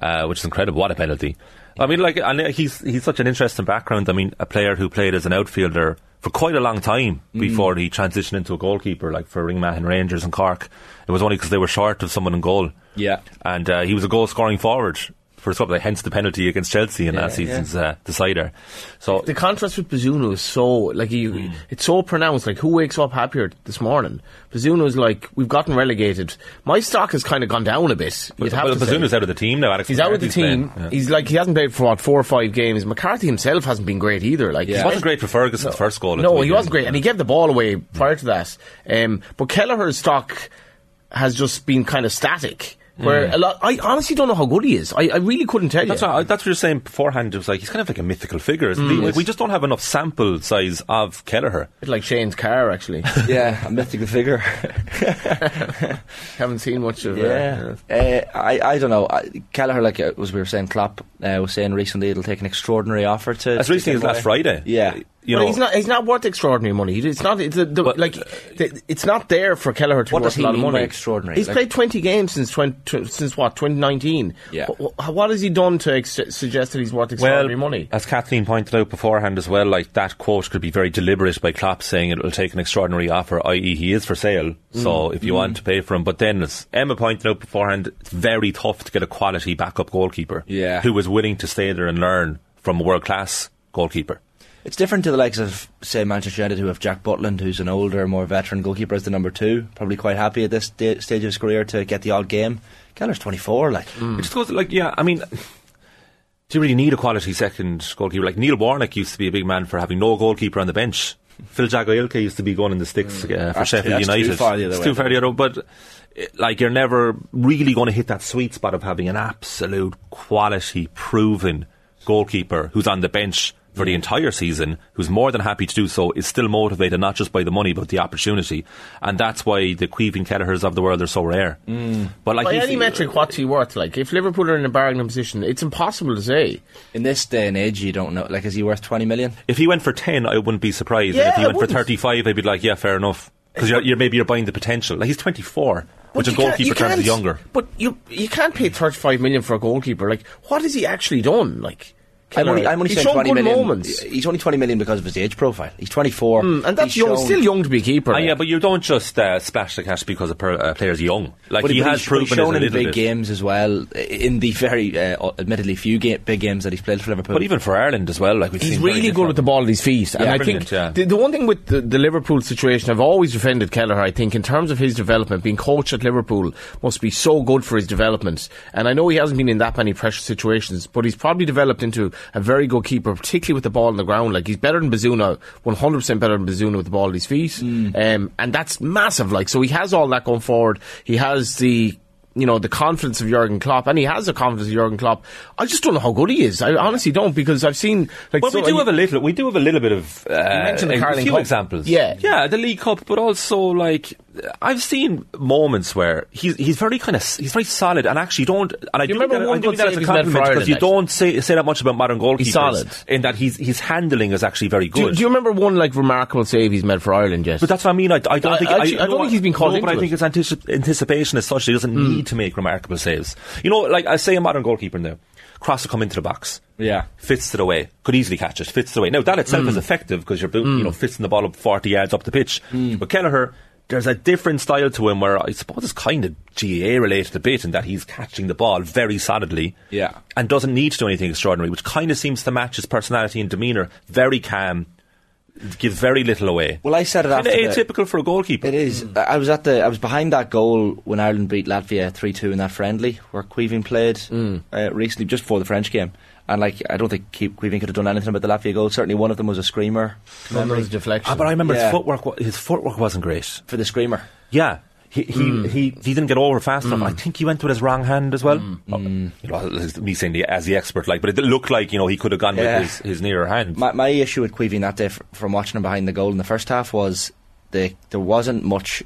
[SPEAKER 6] uh, which is incredible. What a penalty! I mean, like and uh, he's he's such an interesting background. I mean, a player who played as an outfielder for quite a long time
[SPEAKER 7] Mm.
[SPEAKER 6] before he transitioned into a goalkeeper, like for Ringmahon Rangers and Cork. It was only because they were short of someone in goal.
[SPEAKER 5] Yeah.
[SPEAKER 6] and uh, he was a goal scoring forward for Scotland, hence the penalty against Chelsea in last
[SPEAKER 5] yeah.
[SPEAKER 6] season's uh, decider. So
[SPEAKER 7] the contrast with Pizzuno is so like you,
[SPEAKER 6] Hmm.
[SPEAKER 7] it's so pronounced. Like who wakes up happier this morning? Pizzuno's like we've gotten relegated. My stock has kind of gone down a bit. You'd have
[SPEAKER 6] well,
[SPEAKER 7] to say.
[SPEAKER 6] Bazuna's out of the team now. Alex
[SPEAKER 7] He's out with the
[SPEAKER 6] McCarthy's playing.
[SPEAKER 7] team.
[SPEAKER 6] Yeah.
[SPEAKER 7] He's like he hasn't played for what four or five games. McCarthy himself hasn't been great either. Like
[SPEAKER 6] He
[SPEAKER 7] he's
[SPEAKER 6] wasn't great for Ferguson's first goal. at the
[SPEAKER 7] No, he
[SPEAKER 6] weekend. Hmm.
[SPEAKER 7] wasn't great, and he gave the ball away prior to that. Um, but Kelleher's stock has just been kind of static. Where a lot, I honestly don't know how good he is. I, I really couldn't tell
[SPEAKER 6] Hmm. That's
[SPEAKER 7] you.
[SPEAKER 6] what, I- that's what you're saying beforehand. It was like he's kind of like a mythical figure, isn't
[SPEAKER 7] Mm.
[SPEAKER 6] he? Like, we just don't have enough sample size of Kelleher.
[SPEAKER 7] Bit like Shane's car, actually.
[SPEAKER 5] Yeah, a mythical figure.
[SPEAKER 7] Haven't seen much of. Uh,
[SPEAKER 5] Yeah, uh, I I don't know. I, Kelleher, like uh, as we were saying, Klopp uh, was saying recently, it'll take an extraordinary offer to.
[SPEAKER 6] As
[SPEAKER 5] to
[SPEAKER 6] recently
[SPEAKER 5] get
[SPEAKER 6] as last
[SPEAKER 5] away.
[SPEAKER 6] Friday.
[SPEAKER 5] Yeah,
[SPEAKER 6] you
[SPEAKER 7] but
[SPEAKER 6] know,
[SPEAKER 7] he's not. He's not worth extraordinary money. It's not. It's a, the,
[SPEAKER 6] But-
[SPEAKER 7] like the, it's not there for Kelleher to
[SPEAKER 5] What
[SPEAKER 7] be
[SPEAKER 5] does
[SPEAKER 7] worth
[SPEAKER 5] he
[SPEAKER 7] a lot of
[SPEAKER 5] mean
[SPEAKER 7] money.
[SPEAKER 5] by extraordinary?
[SPEAKER 7] He's
[SPEAKER 5] Like-
[SPEAKER 7] played twenty games since twenty since what twenty nineteen.
[SPEAKER 5] Yeah.
[SPEAKER 7] what has he done to ex- suggest that he's worth extraordinary money?
[SPEAKER 6] As Kathleen pointed out beforehand as well, like that quote could be very deliberate by Klopp saying it will take an extraordinary offer, i.e., he is for sale. So if you want to pay for him, but then as Emma pointed out beforehand, it's very tough to get a quality backup goalkeeper,
[SPEAKER 5] Yeah.
[SPEAKER 6] who is willing to stay there and learn from a world class goalkeeper.
[SPEAKER 5] It's different to the likes of, say, Manchester United, who have Jack Butland, who's an older, more veteran goalkeeper as the number two. Probably quite happy at this da- stage of his career to get the odd game. Keller's 24, like.
[SPEAKER 7] Mm.
[SPEAKER 6] It just goes like, yeah, I mean, do Mm. you really need a quality second goalkeeper? Like Neil Warnock used to be a big man for having no goalkeeper on the bench. Phil Jagielka used to be going in the sticks uh, for
[SPEAKER 5] Mm. That's-
[SPEAKER 6] Sheffield
[SPEAKER 5] that's too
[SPEAKER 6] United.
[SPEAKER 5] far the other
[SPEAKER 6] it's
[SPEAKER 5] way,
[SPEAKER 6] too far the other but it- like you're never really going to hit that sweet spot of having an absolute quality, proven goalkeeper who's on the bench for
[SPEAKER 5] Mm.
[SPEAKER 6] the entire season, who's more than happy to do so, is still motivated not just by the money but the opportunity, and that's why the Queeving Kelleher's of the world are so rare.
[SPEAKER 5] Mm.
[SPEAKER 6] But like
[SPEAKER 7] By
[SPEAKER 6] if-
[SPEAKER 7] any metric, what's he worth? Like, if Liverpool are in a bargaining position, it's impossible to say.
[SPEAKER 5] In this day and age, you don't know. Like, is he worth 20 million?
[SPEAKER 6] If he went for 10, I wouldn't be surprised.
[SPEAKER 7] Yeah,
[SPEAKER 6] and if he
[SPEAKER 7] I
[SPEAKER 6] went for
[SPEAKER 7] wouldn't.
[SPEAKER 6] 35, I'd be like, yeah, fair enough. Because you're, you're, maybe you're buying the potential. Like, he's 24, which in
[SPEAKER 7] you can't-
[SPEAKER 6] goalkeeper
[SPEAKER 7] you
[SPEAKER 6] terms is
[SPEAKER 7] can't-
[SPEAKER 6] younger.
[SPEAKER 7] But you you can't pay thirty five million for a goalkeeper. Like, what has he actually done? Like,
[SPEAKER 5] I'm only,
[SPEAKER 7] Keller,
[SPEAKER 5] I'm only
[SPEAKER 7] he's
[SPEAKER 5] saying
[SPEAKER 7] shown
[SPEAKER 5] 20
[SPEAKER 7] good
[SPEAKER 5] million.
[SPEAKER 7] moments, Mm,
[SPEAKER 5] He's only 20 million because of his age profile. He's 24.
[SPEAKER 7] and that's
[SPEAKER 5] He's
[SPEAKER 7] young,
[SPEAKER 5] shown-
[SPEAKER 7] still young to be a keeper.
[SPEAKER 6] Ah,
[SPEAKER 7] like.
[SPEAKER 6] yeah, but you don't just uh, splash the cash because a per, uh, player's young. Like,
[SPEAKER 5] But
[SPEAKER 6] he
[SPEAKER 5] but
[SPEAKER 6] has
[SPEAKER 5] he's, but he's
[SPEAKER 6] proven it a
[SPEAKER 5] shown in
[SPEAKER 6] little
[SPEAKER 5] big
[SPEAKER 6] bit.
[SPEAKER 5] games as well, i- in the very, uh, admittedly, few ga- big games that he's played for Liverpool.
[SPEAKER 6] But even for Ireland as well, like, we've
[SPEAKER 7] He's
[SPEAKER 6] seen very
[SPEAKER 7] really good
[SPEAKER 6] different-
[SPEAKER 7] with the ball at his feet, and
[SPEAKER 6] Yeah,
[SPEAKER 7] I
[SPEAKER 6] brilliant,
[SPEAKER 7] think
[SPEAKER 6] yeah.
[SPEAKER 7] the, the one thing with the, the Liverpool situation, I've always defended Kelleher. I think in terms of his development, being coach at Liverpool must be so good for his development. And I know he hasn't been in that many pressure situations, but he's probably developed into a very good keeper, particularly with the ball on the ground. Like he's better than Bazuna, one hundred percent better than Bazuna with the ball at his feet,
[SPEAKER 6] Mm.
[SPEAKER 7] um, and that's massive. Like so, he has all that going forward. He has the you know, the confidence of Jurgen Klopp, and he has the confidence of Jurgen Klopp. I just don't know how good he is. I honestly don't because I've seen like.
[SPEAKER 6] Well,
[SPEAKER 7] so-
[SPEAKER 6] we do have a little. We do have a little bit of. Uh,
[SPEAKER 7] mentioned the
[SPEAKER 6] a
[SPEAKER 7] Carling
[SPEAKER 6] few
[SPEAKER 7] Cup.
[SPEAKER 6] examples.
[SPEAKER 7] Yeah.
[SPEAKER 6] yeah, the League Cup, but also like I've seen moments where he's he's very kind of he's very solid, and actually don't. And I do
[SPEAKER 7] remember
[SPEAKER 6] that, I
[SPEAKER 7] one
[SPEAKER 6] do
[SPEAKER 7] good
[SPEAKER 6] that as
[SPEAKER 7] save
[SPEAKER 6] a
[SPEAKER 7] he's made for
[SPEAKER 6] compliment because you
[SPEAKER 7] Ireland,
[SPEAKER 6] don't say say that much about modern goalkeepers.
[SPEAKER 7] solid.
[SPEAKER 6] in that he's his handling is actually very
[SPEAKER 7] do,
[SPEAKER 6] good.
[SPEAKER 7] do you remember one like remarkable save he's made for Ireland? Yes,
[SPEAKER 6] but that's what I mean. I, I don't
[SPEAKER 7] I-
[SPEAKER 6] think
[SPEAKER 7] I actually- I
[SPEAKER 6] no,
[SPEAKER 7] don't think he's been called
[SPEAKER 6] No, but
[SPEAKER 7] into
[SPEAKER 6] I think
[SPEAKER 7] it. Hmm.
[SPEAKER 6] his antici- anticipation is such that he doesn't need to make remarkable saves. You know, like I say, a modern goalkeeper now, cross will come into the box.
[SPEAKER 5] Yeah.
[SPEAKER 6] fits it away. Could easily catch it. Fits it away. Now that itself
[SPEAKER 5] Mm.
[SPEAKER 6] is effective because you're bu- you know fitting the ball up forty yards up the pitch.
[SPEAKER 5] Mm.
[SPEAKER 6] But Kelleher, there's a different style to him where I suppose it's kind of GA related a bit in that he's catching the ball very solidly.
[SPEAKER 5] Yeah.
[SPEAKER 6] and doesn't need to do anything extraordinary, which kind of seems to match his personality and demeanour. Very calm, gives very little away.
[SPEAKER 5] Well, I said it
[SPEAKER 6] Kind
[SPEAKER 5] after
[SPEAKER 6] of
[SPEAKER 5] the-
[SPEAKER 6] atypical for a goalkeeper.
[SPEAKER 5] It is.
[SPEAKER 6] Hmm.
[SPEAKER 5] I I was at the. I was behind that goal when Ireland beat Latvia three two in that friendly where Queeving played
[SPEAKER 6] Hmm.
[SPEAKER 5] uh, recently, just before the French game. And like, I don't think Ke- Queeving could have done anything about the Latvia goal. Certainly, one of them was a screamer
[SPEAKER 7] memories deflection.
[SPEAKER 6] Ah, but I remember
[SPEAKER 5] Yeah.
[SPEAKER 6] his footwork. wa- His footwork wasn't great.
[SPEAKER 5] for the screamer.
[SPEAKER 6] Yeah. He he, he he didn't get over fast enough. I think he went with his wrong hand as well. Oh, you know, as- me saying the, as the expert, like, but it looked like you know he could have gone
[SPEAKER 5] Yeah.
[SPEAKER 6] with his, his nearer hand.
[SPEAKER 5] My, my issue with Queevy that day f- from watching him behind the goal in the first half was the, there wasn't much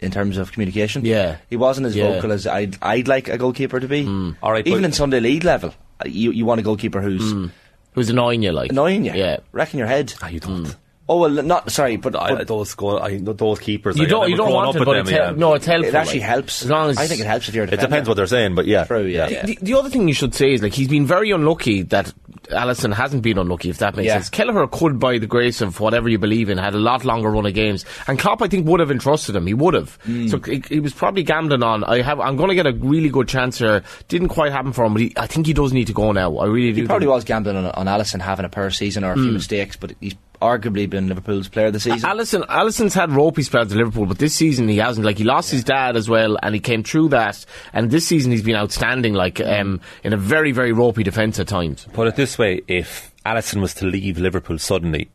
[SPEAKER 5] in terms of communication.
[SPEAKER 7] Yeah.
[SPEAKER 5] He wasn't as
[SPEAKER 7] Yeah. Hmm.
[SPEAKER 5] vocal as I'd, I'd like a goalkeeper to be.
[SPEAKER 6] All right,
[SPEAKER 5] Even
[SPEAKER 6] but-
[SPEAKER 5] in Sunday league level, uh, you, you want a goalkeeper who's
[SPEAKER 7] Who's annoying you, like
[SPEAKER 5] annoying you,
[SPEAKER 7] Hmm. Yeah,
[SPEAKER 5] wrecking your head.
[SPEAKER 6] Ah, you don't.
[SPEAKER 5] Oh, well, not, sorry, but,
[SPEAKER 6] I,
[SPEAKER 5] but
[SPEAKER 6] those goal, I, those keepers.
[SPEAKER 7] you
[SPEAKER 6] like, I
[SPEAKER 7] don't. You
[SPEAKER 6] remember
[SPEAKER 7] don't
[SPEAKER 6] growing
[SPEAKER 7] want
[SPEAKER 6] up
[SPEAKER 7] it,
[SPEAKER 6] with
[SPEAKER 7] but
[SPEAKER 6] them,
[SPEAKER 7] it's
[SPEAKER 6] yeah.
[SPEAKER 7] hel- no, it's helpful.
[SPEAKER 5] it actually
[SPEAKER 7] like,
[SPEAKER 5] helps.
[SPEAKER 7] as long as
[SPEAKER 5] I think it helps if you're a
[SPEAKER 6] It
[SPEAKER 5] defender.
[SPEAKER 6] depends what they're saying, uh, but yeah,
[SPEAKER 5] True, yeah. yeah.
[SPEAKER 7] The, the other thing you should say is like he's been very unlucky that Allison hasn't been unlucky, if that makes
[SPEAKER 5] Yeah.
[SPEAKER 7] sense. Kelleher could, by the grace of whatever you believe in, had a lot longer run of games, and Klopp I think would have entrusted him. He would have.
[SPEAKER 5] Mm.
[SPEAKER 7] So he, he was probably gambling on. I have. I'm going to get a really good chance here. Didn't quite happen for him, but he, I think he does need to go now. I really do.
[SPEAKER 5] He probably
[SPEAKER 7] think.
[SPEAKER 5] was gambling on, on Allison having a poor season or a few mistakes, but he's arguably been Liverpool's player of the season.
[SPEAKER 7] Allison, Allison's had ropey spells at Liverpool, but this season he hasn't. Like he lost his dad as well, and he came through that. And this season he's been outstanding. Like um, in a very, very ropey defence at times.
[SPEAKER 6] Put it this way: if Allison was to leave Liverpool suddenly,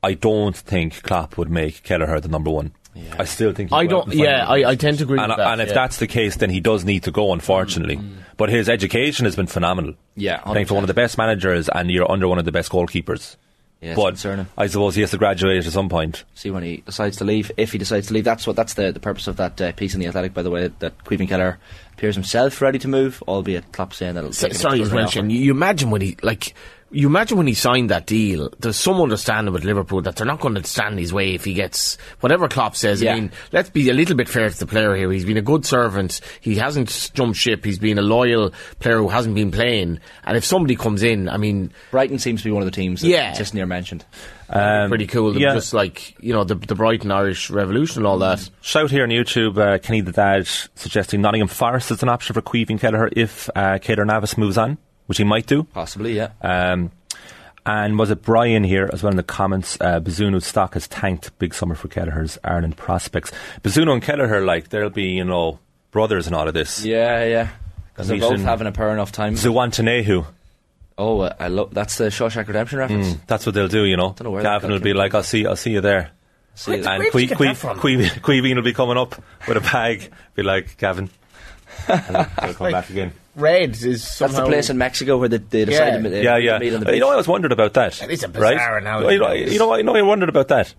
[SPEAKER 6] I don't think Klopp would make Kelleher the number one. I still think. he
[SPEAKER 7] I
[SPEAKER 6] would
[SPEAKER 7] don't.
[SPEAKER 6] in the
[SPEAKER 7] Yeah,
[SPEAKER 6] final.
[SPEAKER 7] I, I tend to agree
[SPEAKER 6] and,
[SPEAKER 7] with that.
[SPEAKER 6] and if
[SPEAKER 7] yeah.
[SPEAKER 6] that's the case, then he does need to go, unfortunately. But his education has been phenomenal.
[SPEAKER 5] Mm-hmm. Yeah,
[SPEAKER 6] I think for one of the best managers, and you're under one of the best goalkeepers.
[SPEAKER 5] Yeah, it's
[SPEAKER 6] but
[SPEAKER 5] concerning.
[SPEAKER 6] I suppose he has to graduate at some point.
[SPEAKER 5] see when he decides to leave. If he decides to leave, that's what that's the, the purpose of that uh, piece in the Athletic. By the way, that Queven Keller appears himself ready to move, albeit Klopp saying that it'll.
[SPEAKER 7] So-
[SPEAKER 5] take him
[SPEAKER 7] sorry,
[SPEAKER 5] to
[SPEAKER 7] as
[SPEAKER 5] another
[SPEAKER 7] well,
[SPEAKER 5] offer.
[SPEAKER 7] Shane, You imagine when he like. You imagine when he signed that deal. There's some understanding with Liverpool that they're not going to stand in his way if he gets whatever Klopp says.
[SPEAKER 5] Yeah.
[SPEAKER 7] I mean, let's be a little bit fair to the player here. He's been a good servant. He hasn't jumped ship. He's been a loyal player who hasn't been playing. And if somebody comes in, I mean,
[SPEAKER 5] Brighton seems to be one of the teams that
[SPEAKER 7] Yeah.
[SPEAKER 5] just near mentioned.
[SPEAKER 6] Um,
[SPEAKER 7] pretty cool.
[SPEAKER 6] yeah.
[SPEAKER 7] Just like you know the the Brighton Irish Revolution and all that.
[SPEAKER 6] Shout here on YouTube, uh, Kenny the Dad suggesting Nottingham Forest is an option for Queeving Kelleher if uh, Cater Navis moves on, which he might do.
[SPEAKER 5] Possibly, yeah.
[SPEAKER 6] Um, and was it Brian here as well in the comments? Uh, Bazunu stock has tanked. Big summer for Kelleher's Ireland prospects. Bazunu and Kelleher, like, they'll be, you know, brothers in all of this.
[SPEAKER 5] yeah, yeah. Because they're
[SPEAKER 6] We
[SPEAKER 5] both
[SPEAKER 6] shouldn't-
[SPEAKER 5] having a poor enough time.
[SPEAKER 6] Zuwantanehu,
[SPEAKER 5] oh, uh, I love that's the Shawshank Redemption reference.
[SPEAKER 6] that's what they'll do, you know.
[SPEAKER 5] Don't know where that
[SPEAKER 6] Gavin will
[SPEAKER 5] came
[SPEAKER 6] be
[SPEAKER 5] from.
[SPEAKER 6] like, I'll see, I'll see you there.
[SPEAKER 5] See, it-
[SPEAKER 6] and
[SPEAKER 7] where did you
[SPEAKER 6] Queen
[SPEAKER 7] get
[SPEAKER 6] Queen
[SPEAKER 7] that from?
[SPEAKER 6] will be coming up with a bag, be like, Gavin. And they'll come back again.
[SPEAKER 7] Reds is somehow
[SPEAKER 5] that's the place in Mexico where they, they decided to, they,
[SPEAKER 6] Yeah, yeah. Uh,
[SPEAKER 5] meet on the
[SPEAKER 6] You
[SPEAKER 5] beach.
[SPEAKER 6] know, I always wondered about that.
[SPEAKER 7] It is a
[SPEAKER 6] right?
[SPEAKER 7] bizarre analogy. Mm.
[SPEAKER 6] You know, you know, I, you know, I wondered about that.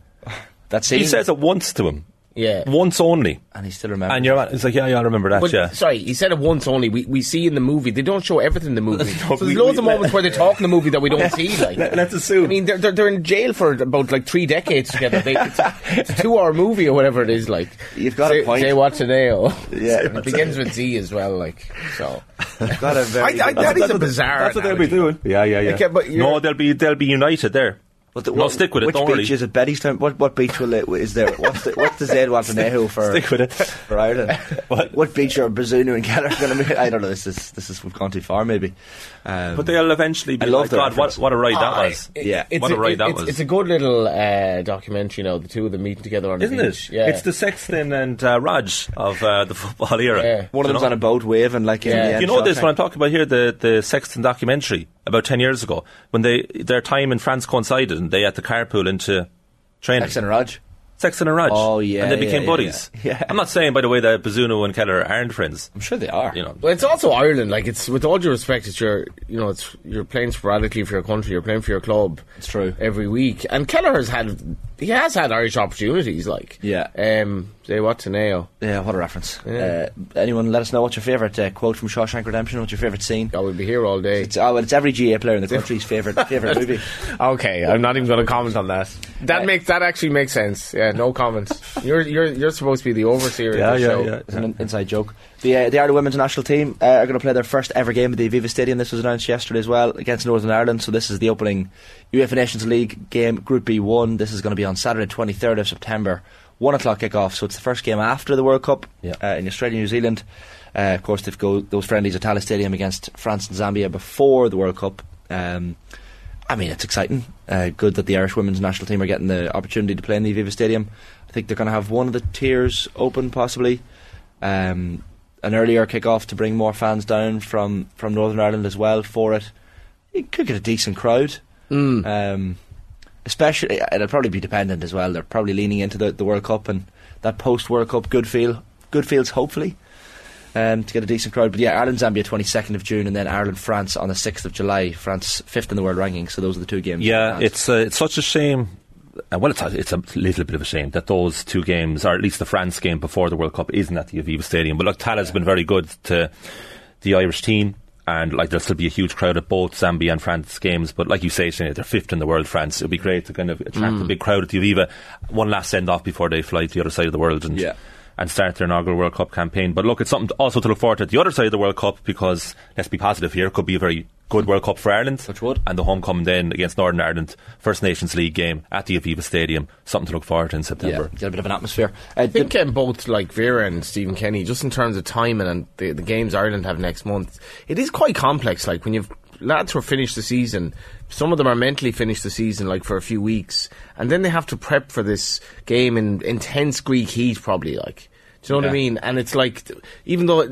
[SPEAKER 5] that scene,
[SPEAKER 6] He says it once to him,
[SPEAKER 7] yeah.
[SPEAKER 6] once only.
[SPEAKER 5] and he still remembers.
[SPEAKER 6] And you're it's like, yeah, yeah, I remember that,
[SPEAKER 7] But
[SPEAKER 6] yeah.
[SPEAKER 7] sorry, he said it once only. We, we see in the movie they don't show everything in the movie. so there's
[SPEAKER 6] we-
[SPEAKER 7] loads of
[SPEAKER 6] we-
[SPEAKER 7] moments where they talk in the movie that we don't see. Like
[SPEAKER 6] let's assume.
[SPEAKER 7] I mean, they're, they're they're in jail for about like three decades together. They, it's, a, two hour movie or whatever it is. Like
[SPEAKER 5] You've got a
[SPEAKER 7] say,
[SPEAKER 5] point.
[SPEAKER 7] Say what today? Oh,
[SPEAKER 5] Yeah.
[SPEAKER 7] it begins with Z as well. Like so,
[SPEAKER 5] got a very.
[SPEAKER 7] I- that is a bizarre.
[SPEAKER 6] That's what they'll be doing. Yeah, yeah, yeah.
[SPEAKER 7] Okay, but you're-
[SPEAKER 6] no, they'll be they'll be united there.
[SPEAKER 5] But the-
[SPEAKER 6] no,
[SPEAKER 5] what-
[SPEAKER 6] stick with it.
[SPEAKER 5] Which
[SPEAKER 6] Don't
[SPEAKER 5] beach
[SPEAKER 6] worry.
[SPEAKER 5] is it? Betty's Town? What, what beach will it, is there? What's the, what's the Zed want to know for?
[SPEAKER 6] Stick with it.
[SPEAKER 5] for Ireland.
[SPEAKER 6] What?
[SPEAKER 5] what? beach are Bazunu and Keller going to be? I don't know. This is this is we've gone too far, maybe. Um,
[SPEAKER 6] But they'll eventually be.
[SPEAKER 5] I love
[SPEAKER 6] like,
[SPEAKER 5] the
[SPEAKER 6] God, what,
[SPEAKER 5] reference.
[SPEAKER 6] what a ride that was!
[SPEAKER 7] It-
[SPEAKER 5] Yeah.
[SPEAKER 7] it's
[SPEAKER 6] What a
[SPEAKER 7] a,
[SPEAKER 6] ride
[SPEAKER 7] it-
[SPEAKER 6] that
[SPEAKER 7] it's,
[SPEAKER 6] was.
[SPEAKER 7] it's a good little uh, documentary. You know, the two of them meeting together on
[SPEAKER 6] Isn't
[SPEAKER 7] the
[SPEAKER 6] it?
[SPEAKER 7] beach. Yeah,
[SPEAKER 6] It's the Sexton and uh, Raj of uh, the football era.
[SPEAKER 7] Yeah.
[SPEAKER 5] one of
[SPEAKER 6] You
[SPEAKER 5] them's
[SPEAKER 6] know?
[SPEAKER 5] on a boat waving like in
[SPEAKER 7] Yeah.
[SPEAKER 5] the
[SPEAKER 7] You
[SPEAKER 5] end
[SPEAKER 6] you know this
[SPEAKER 5] Shawshank.
[SPEAKER 6] what I'm talking about here the the Sexton documentary about ten years ago when they their time in France coincided and they had the carpool into training
[SPEAKER 5] Jackson and Raj.
[SPEAKER 6] Sexton and Raj
[SPEAKER 5] Oh, yeah,
[SPEAKER 6] and they
[SPEAKER 5] yeah,
[SPEAKER 6] became
[SPEAKER 5] yeah,
[SPEAKER 6] buddies
[SPEAKER 5] yeah. Yeah.
[SPEAKER 6] I'm not saying by the way that Bazunu and Keller aren't friends
[SPEAKER 5] I'm sure they are.
[SPEAKER 6] you know
[SPEAKER 7] Well, it's also Ireland. Like it's with all due respect, it's your you know it's you're playing sporadically for your country. You're playing for your club.
[SPEAKER 5] It's true.
[SPEAKER 7] every week. And Kelleher's had he has had Irish opportunities. Like
[SPEAKER 5] Yeah.
[SPEAKER 7] um, say what to Neo.
[SPEAKER 5] Yeah, what a reference.
[SPEAKER 7] Yeah.
[SPEAKER 5] Uh, anyone, let us know what's your favourite uh, quote from Shawshank Redemption. What's your favourite scene?
[SPEAKER 7] I would be here all day.
[SPEAKER 5] It's, oh, well, it's every GA player in the country's favourite favourite movie.
[SPEAKER 7] Okay, I'm not even going to comment on that. That makes that actually makes sense. Yeah, no comments. You're you're you're supposed to be the overseer.
[SPEAKER 6] Yeah,
[SPEAKER 7] of the
[SPEAKER 6] yeah,
[SPEAKER 7] show.
[SPEAKER 6] yeah.
[SPEAKER 5] It's an inside joke. The, uh, the Ireland women's national team uh, are going to play their first ever game at the Aviva Stadium. This was announced yesterday as well against Northern Ireland. So this is the opening UEFA Nations League game, Group B one. This is going to be on Saturday, twenty third of September, one o'clock kickoff. So it's the first game after the World Cup
[SPEAKER 6] Yeah.
[SPEAKER 5] uh, in Australia, and New Zealand. Uh, of course, they've go those friendlies at Tala Stadium against France and Zambia before the World Cup. Um, I mean, it's exciting. Uh, good that the Irish women's national team are getting the opportunity to play in the Aviva Stadium. I think they're going to have one of the tiers open, possibly. Um, an earlier kick-off to bring more fans down from, from
[SPEAKER 6] Hmm.
[SPEAKER 5] Northern Ireland as well for it. It could get a decent crowd. Um, especially it'll probably be dependent as well. They're probably leaning into the, the World Cup and that post World Cup good feel, good feels hopefully um, to get a decent crowd. But yeah, Ireland Zambia twenty second of June, and then Ireland France on the sixth of July. France fifth in the world rankings, so those are the two games.
[SPEAKER 6] Yeah,
[SPEAKER 5] France.
[SPEAKER 6] it's uh, it's such a shame. Uh, well, it's a, it's a little bit of a shame that those two games, or at least the France game before the World Cup, isn't at the Aviva Stadium. But look, Tala's been very good to the Irish team, and like there'll still be a huge crowd at both Zambia and France games. But like you say, Shane, they're fifth in the world. France, it'd be great to kind of attract
[SPEAKER 5] Mm.
[SPEAKER 6] a big crowd at the Aviva. One last send off before they fly to the other side of the world, and
[SPEAKER 5] Yeah.
[SPEAKER 6] and start their inaugural World Cup campaign. But look, it's something to- also to look forward to at the other side of the World Cup because let's be positive here, it could be a very good World Cup for Ireland.
[SPEAKER 5] Touch wood.
[SPEAKER 6] And the homecoming then against Northern Ireland, First Nations League game at the Aviva Stadium. Something to look forward to in
[SPEAKER 5] yeah,
[SPEAKER 6] September.
[SPEAKER 5] get a bit of an atmosphere. Uh,
[SPEAKER 7] I think um, both like Vera and Stephen Kenny, just in terms of timing and the, the games Ireland have next month, it is quite complex. Like when you've lads who are finished the season, some of them are mentally finished the season like for a few weeks, and then they have to prep for this game in intense Greek heat, probably. Like, do you know what I
[SPEAKER 5] Yeah.
[SPEAKER 7] mean? And it's like, th- even though. It,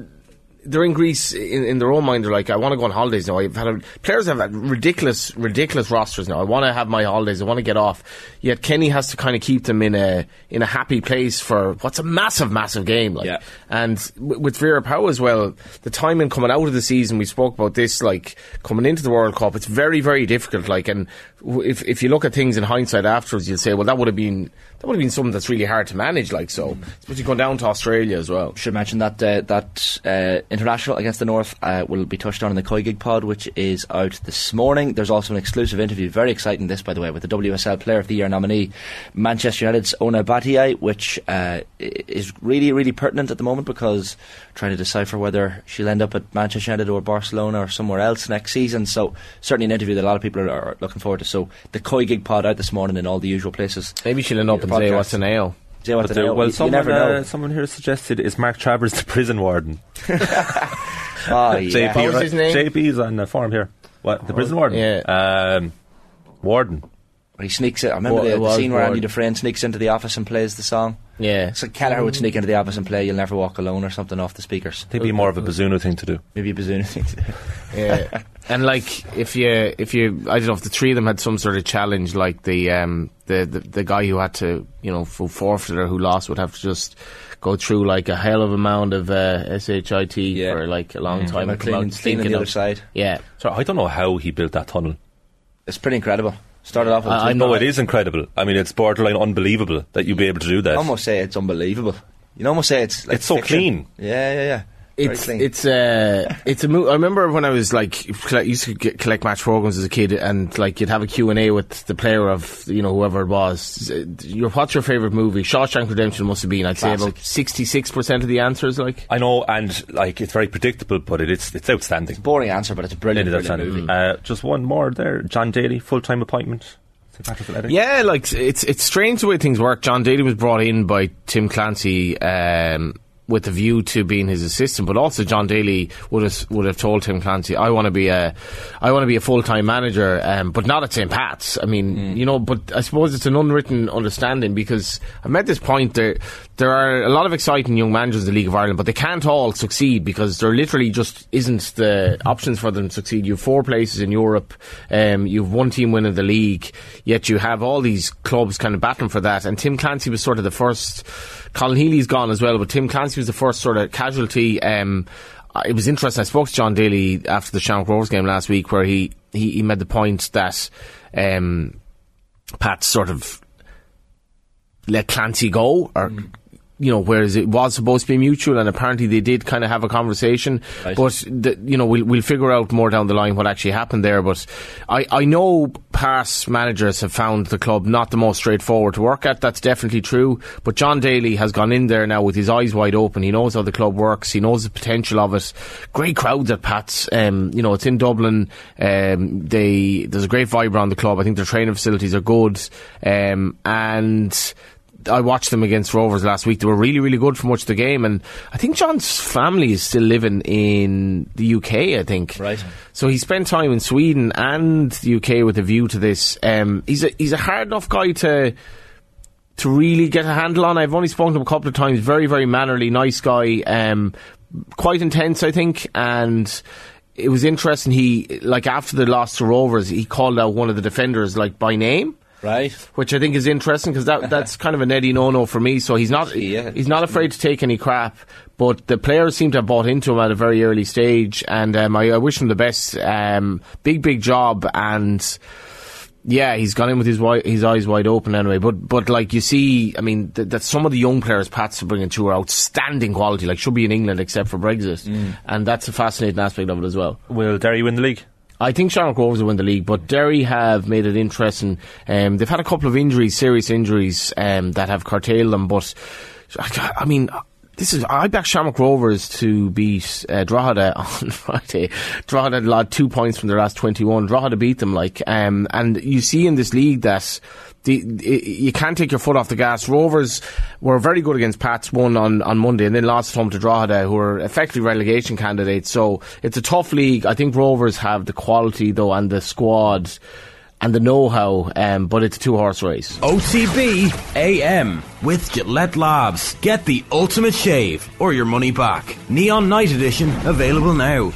[SPEAKER 7] they're in Greece in, in their own mind. They're like, I want to go on holidays now. I've had a, players have had ridiculous, ridiculous rosters now. I want to have my holidays. I want to get off. Yet Kenny has to kind of keep them in a in a happy place for what's a massive, massive game. Like,
[SPEAKER 5] Yeah.
[SPEAKER 7] and w- with Vera Powell as well, the timing coming out of the season, we spoke about this. Like coming into the World Cup, it's very, very difficult. Like, and w- if if you look at things in hindsight afterwards, you'll say, well, that would have been that would have been something that's really hard to manage. Like, so especially going down to Australia as well.
[SPEAKER 5] should mention that uh, that uh, international against the North uh, will be touched on in the Koi Gig Pod, which is out this morning. There's also an exclusive interview, very exciting this by the way, with the WSL Player of the Year nominee, Manchester United's Ona Batiai, which uh, i- is really really pertinent at the moment because trying to decipher whether she'll end up at Manchester United or Barcelona or somewhere else next season. So certainly an interview that a lot of people are, are looking forward to. So the Koi Gig Pod out this morning in all the usual places.
[SPEAKER 7] Maybe she'll end up and say,
[SPEAKER 5] Podcast.
[SPEAKER 7] what's an ale?
[SPEAKER 5] Jay wanted
[SPEAKER 6] But
[SPEAKER 5] to
[SPEAKER 6] there-
[SPEAKER 5] know.
[SPEAKER 6] well,
[SPEAKER 5] You- you
[SPEAKER 6] someone,
[SPEAKER 5] never
[SPEAKER 6] uh,
[SPEAKER 5] know.
[SPEAKER 6] someone here suggested is Mark Travers the prison warden. uh,
[SPEAKER 5] Oh, yeah.
[SPEAKER 6] JP,
[SPEAKER 7] What was
[SPEAKER 6] right?
[SPEAKER 7] his name?
[SPEAKER 6] JP's on the forum here. What the prison warden?
[SPEAKER 7] Yeah.
[SPEAKER 6] um, warden.
[SPEAKER 5] He sneaks in. I remember
[SPEAKER 7] Well,
[SPEAKER 5] the,
[SPEAKER 7] it
[SPEAKER 5] the
[SPEAKER 7] was
[SPEAKER 5] scene where
[SPEAKER 7] Ward.
[SPEAKER 5] Andy Dufresne sneaks into the office and plays the song.
[SPEAKER 7] Yeah.
[SPEAKER 5] It's like Kelleher would sneak into the office and play "You'll Never Walk Alone" or something off the speakers.
[SPEAKER 6] I think it'd be more of a Bazuno thing to do.
[SPEAKER 5] Maybe a bassoon thing to do.
[SPEAKER 7] Yeah. and like if you if you I don't know if the three of them had some sort of challenge like the um the, the, the guy who had to you know who forfeited or who lost would have to just go through like a hell of amount of uh, shit for like a long time
[SPEAKER 5] And
[SPEAKER 7] and come out
[SPEAKER 5] clean, clean on
[SPEAKER 7] stinking
[SPEAKER 5] the other
[SPEAKER 7] up.
[SPEAKER 5] side.
[SPEAKER 7] Yeah.
[SPEAKER 6] So I don't know how he built that tunnel.
[SPEAKER 5] It's pretty incredible. Started off with
[SPEAKER 7] I-
[SPEAKER 5] I,
[SPEAKER 7] I
[SPEAKER 6] No,
[SPEAKER 7] know
[SPEAKER 6] it is incredible. I mean, it's borderline unbelievable that you'd be able to do that.
[SPEAKER 5] almost say it's unbelievable. You can almost say it's like
[SPEAKER 6] It's so
[SPEAKER 5] fiction.
[SPEAKER 6] clean.
[SPEAKER 5] Yeah, yeah, yeah. Very
[SPEAKER 7] It's
[SPEAKER 5] clean.
[SPEAKER 7] it's uh it's a mo- I remember when I was like collect, used to get, collect match programs as a kid, and like you'd have a Q and A with the player of you know whoever it was. Uh, Your what's your favorite movie? Shawshank Redemption must have been. I'd say about sixty six percent of the answers like
[SPEAKER 6] I know, and like it's very predictable, but it, it's it's outstanding.
[SPEAKER 5] boring answer, but it's a
[SPEAKER 6] It
[SPEAKER 5] brilliant,
[SPEAKER 6] is
[SPEAKER 5] brilliant
[SPEAKER 6] outstanding.
[SPEAKER 5] movie.
[SPEAKER 6] Uh, just one more there. John Daly, full time appointment. St. Patrick's Athletic.
[SPEAKER 7] yeah, like it's it's strange the way things work. John Daly was brought in by Tim Clancy. Um, with a view to being his assistant, but also John Daly would have would have told Tim Clancy, "I want to be a, I want to be a full time manager, um, but not at St. Pat's." I mean, you know, but I suppose it's an unwritten understanding because I'm at this point there there are a lot of exciting young managers in the League of Ireland, but they can't all succeed because there literally just isn't the options for them to succeed. You have four places in Europe, um, you've one team winning the league, yet you have all these clubs kind of battling for that. And Tim Clancy was sort of the first. Colin Healy's gone as well, but Tim Clancy was the first sort of casualty. Um, uh, it was interesting. I spoke to John Daly after the Shamrock Rovers game last week, where he, he, he made the point that um, Pat sort of let Clancy go, or you know, whereas it was supposed to be mutual, and apparently they did kind of have a conversation. But the, you know, we'll we'll figure out more down the line what actually happened there. But I I know past managers have found the club not the most straightforward to work at. That's definitely true. But John Daly has gone in there now with his eyes wide open. He knows how the club works. He knows the potential of it. Great crowds at Pat's. Um, you know, it's in Dublin. Um, they there's a great vibe around the club. I think their training facilities are good. Um, and I watched them against Rovers last week. They were really, really good for much of the game, and I think John's family is still living in the UK. I think
[SPEAKER 5] Right.
[SPEAKER 7] So he spent time in Sweden and the UK with a view to this. Um, he's a he's a hard enough guy to to really get a handle on. I've only spoken to him a couple of times. Very, very mannerly, nice guy. Um, quite intense, I think, and. It was interesting. He like after the loss to Rovers, he called out one of the defenders like by name,
[SPEAKER 5] Right.
[SPEAKER 7] which I think is interesting because that that's kind of an Eddie no-no for me. So he's not
[SPEAKER 5] Yeah.
[SPEAKER 7] he's not afraid to take any crap, but the players seem to have bought into him at a very early stage, and um, I, I wish him the best. Um, big big job, and yeah, he's gone in with his wi- his eyes wide open anyway. But but like you see, I mean th- that some of the young players Pat's are bringing through are outstanding quality, like should be in England except for Brexit,
[SPEAKER 5] Mm.
[SPEAKER 7] and that's a fascinating aspect of it as well.
[SPEAKER 6] Will Derry win the league?
[SPEAKER 7] I think Shamrock Rovers will win the league, but Derry have made it interesting. Um, they've had a couple of injuries, serious injuries, um, that have curtailed them. But I, I mean, this is I back Shamrock Rovers to beat uh, Drogheda on Friday. Drogheda had lost two points from their last twenty-one. Drogheda beat them like, um, and you see in this league that the, i you can't take your foot off the gas. Rovers were very good against Pats, won on, on Monday, and then lost at home to Drogheda, who are effectively relegation candidates. So it's a tough league. I think Rovers have the quality, though, and the squad and the know how, um, but it's a two horse race.
[SPEAKER 4] OTB AM with Gillette Labs. Get the ultimate shave or your money back. Neon Night Edition available now.